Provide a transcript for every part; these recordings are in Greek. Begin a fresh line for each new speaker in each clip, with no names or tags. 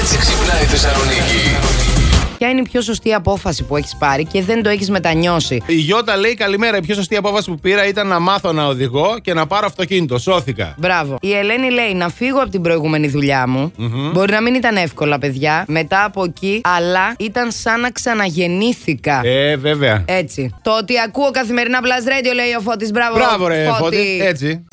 έτσι ξυπνάει η Θεσσαλονίκη.
Ποια είναι η πιο σωστή απόφαση που έχεις πάρει και δεν το έχεις μετανιώσει.
Η Γιώτα λέει καλημέρα. Η πιο σωστή απόφαση που πήρα ήταν να μάθω να οδηγώ και να πάρω αυτοκίνητο. Σώθηκα.
Μπράβο. Η Ελένη λέει να φύγω από την προηγούμενη δουλειά μου. Μπορεί να μην ήταν εύκολα, παιδιά. Μετά από εκεί, αλλά ήταν σαν να ξαναγεννήθηκα.
Ε, βέβαια.
Έτσι. Το ότι ακούω καθημερινά Blast Radio λέει ο Φώτης. Μπράβο,
Μπράβο, ρε, Φώτη. Έτσι.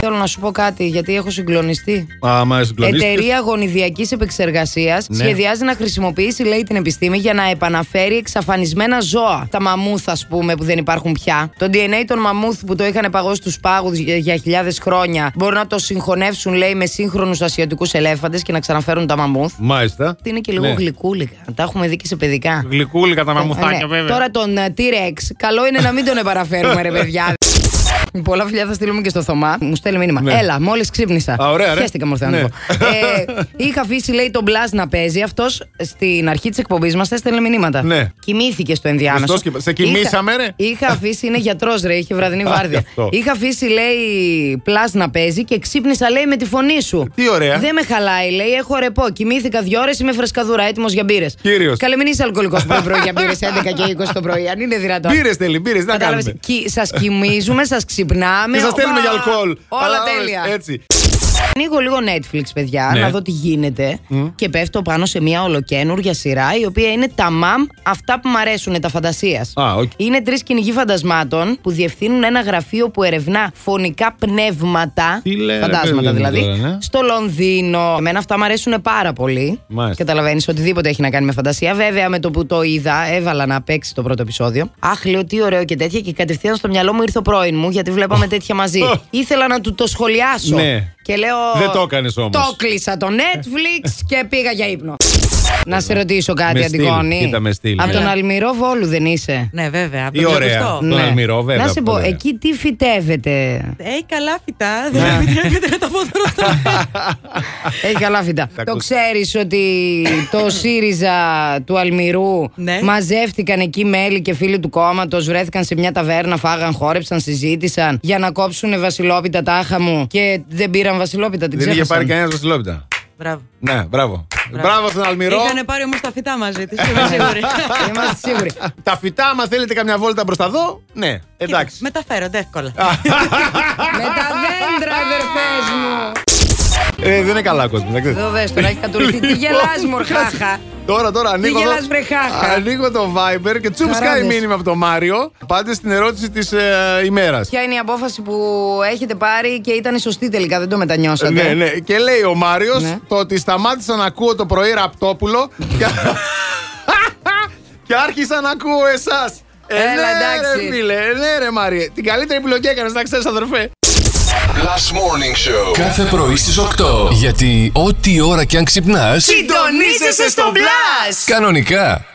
Θέλω να σου πω κάτι, γιατί έχω συγκλονιστεί.
Α, μα συγκλονίστηκες.
Εταιρεία γονιδιακής επεξεργασίας
Ναι.
σχεδιάζει να χρησιμοποιήσει, λέει, την επιστήμη για να επαναφέρει εξαφανισμένα ζώα. Τα μαμούθ, ας πούμε, που δεν υπάρχουν πια. Το DNA των μαμούθ που το είχαν παγώσει στου πάγους για, για χιλιάδες χρόνια μπορούν να το συγχωνεύσουν, λέει, με σύγχρονους ασιατικούς ελέφαντες και να ξαναφέρουν τα μαμούθ.
Ναι. Μάλιστα.
Τι Είναι και λίγο
Ναι.
γλυκούλικα. Τα έχουμε δει και σε παιδικά.
Γλυκούλη κατά μαμουθάκια,
Ναι.
βέβαια.
Τώρα τον ε, T-Rex, καλό είναι να μην τον επαναφέρουμε, ρε παιδιά. Πολλά φιλιά θα στείλουμε και στο Θωμά. Μου στέλνει μήνυμα.
Ναι.
Έλα, μόλις ξύπνησα.
Α, ωραία, ρε.
Χαίστηκα μορφέ να
Ναι.
το πω. ε, είχα αφήσει, λέει, τον Μπλάζ να παίζει. Αυτός στην αρχή της εκπομπής μας έστελνε μηνύματα.
Ναι.
Κοιμήθηκε στο ενδιάμεσο.
Χριστός και- σε κοιμήσαμε,
Είχα-
ρε.
Είχα αφήσει, είναι γιατρός, ρε, είχε βραδινή
Α,
βάρδια.
γι' αυτό.
είχα αφήσει, λέει, Πλάζ να παίζει και ξύπνησα, λέει, με τη φωνή σου.
Τι ωραία.
Δεν με χαλάει, λέει, έχω ρεπό. Κοιμήθηκα δύο ώρες, είμαι φρεσκαδούρα, έτοιμος για μπύρες.
Κύριος.
Καλέ, μην είσαι αλκοολικός πρωί-πρωί για μπύρες 11 και 20 το πρωί, αν είναι δυνατόν.
Πήρε τέλει, πήρε. Να
Κατάλαβες.
κάνουμε.
Σας κοιμίζουμε, σας ξυπνάμε.
Και σας στέλνουμε για
Οπα!
αλκοόλ.
Ναι, Όλα
Αλλά,
τέλεια.
ώρες, Έτσι.
Ανοίγω λίγο Netflix, παιδιά,
Ναι.
να δω τι γίνεται. Και πέφτω πάνω σε μια ολοκένουργια σειρά η οποία είναι τα μαμ αυτά που μου αρέσουν, τα φαντασίας.
Α, οκ.
Είναι τρεις κυνηγοί φαντασμάτων που διευθύνουν ένα γραφείο που ερευνά φωνικά πνεύματα.
Τι λένε, παιδί
φαντάσματα
μου,
δηλαδή.
τώρα, ναι.
Στο Λονδίνο. Εμένα αυτά μου αρέσουν πάρα πολύ.
Μάλιστα.
Καταλαβαίνεις οτιδήποτε έχει να κάνει με φαντασία. Βέβαια, με το που το είδα, έβαλα να παίξει το πρώτο επεισόδιο. Αχ, λέω τι ωραίο και τέτοια. Και κατευθείαν στο μυαλό μου ήρθε ο πρώην μου, γιατί βλέπαμε τέτοια μαζί. Ήθελα να του το σχολιάσω.
Ναι.
Και λέω.
Δεν το έκανες όμως.
Το κλείσα το Netflix και πήγα για ύπνο. να σε ρωτήσω κάτι,
Με στυλ,
Αντιγόνη.
κοίτα, με στυλ,
Από
ναι.
τον Αλμυρό Βόλου δεν είσαι.
Ναι, βέβαια. Από
Ή
τον
ωραία.
Ζαγουστό.
Ναι. Τον Αλμυρό, βέβαια,
Να σε
από
πω,
τον Αλμυρό.
εκεί τι φυτεύεται.
Έχει Ε, καλά φυτά. Δεν επιτρέπεται να τα πω τώρα στο
Έχει καλά φυτά.
Τα
το
ακούς.
ξέρεις ότι το ΣΥΡΙΖΑ του Αλμυρού
Ναι.
μαζεύτηκαν εκεί μέλη και φίλοι του κόμματος, βρέθηκαν σε μια ταβέρνα, φάγαν, χόρεψαν, συζήτησαν για να κόψουν βασιλόπιτα τάχα μου και δεν πήραν βασιλόπιτα. Την
Δεν είχε
ξέχασαν.
πάρει κανένας βασιλόπιτα.
Μπράβο.
Ναι, μπράβο. Μπράβο στον Αλμυρό.
Είχαν πάρει όμως τα φυτά μαζί της, είμαι σίγουρη.
Είμαστε σίγουροι.
Τα φυτά, άμα θέλετε καμιά βόλτα μπροστά εδώ, ναι, εντάξει.
Μεταφέρονται εύκολα.
Με τα δέντρα, αδερφέ μου.
Ε, δεν είναι καλά ο κόσμος, εντάξει.
Εδώ δες τώρα, έχει κατουρηθεί. Τι γελάς, μορχάχα.
Τώρα, τώρα ανοίγω.
γελάς, βρε, χάχα.
ανοίγω το Viber και τσουμ σκάει
Χαράδες.
μήνυμα από το Μάριο. Πάντε στην ερώτηση της ε, ημέρας.
Ποια είναι η απόφαση που έχετε πάρει και ήταν η σωστή τελικά, δεν το μετανιώσατε.
Ναι, ναι. Και λέει ο Μάριος
ε. Ναι.
το ότι σταμάτησα να ακούω το πρωί Ραπτόπουλο και, και άρχισα να ακούω εσάς. Ε,
Έλα,
ναι,
εντάξει.
ρε, φίλε. Ε, ναι, ρε, Μάριε. Την καλύτερη επιλογή έκανες, να ξέρεις, αδερφέ.
Last Morning Show.
Κάθε πρωί στις 8. Γιατί ό,τι ώρα κι αν ξυπνάς,
Συντονίζεσαι στο μπλα!
κανονικά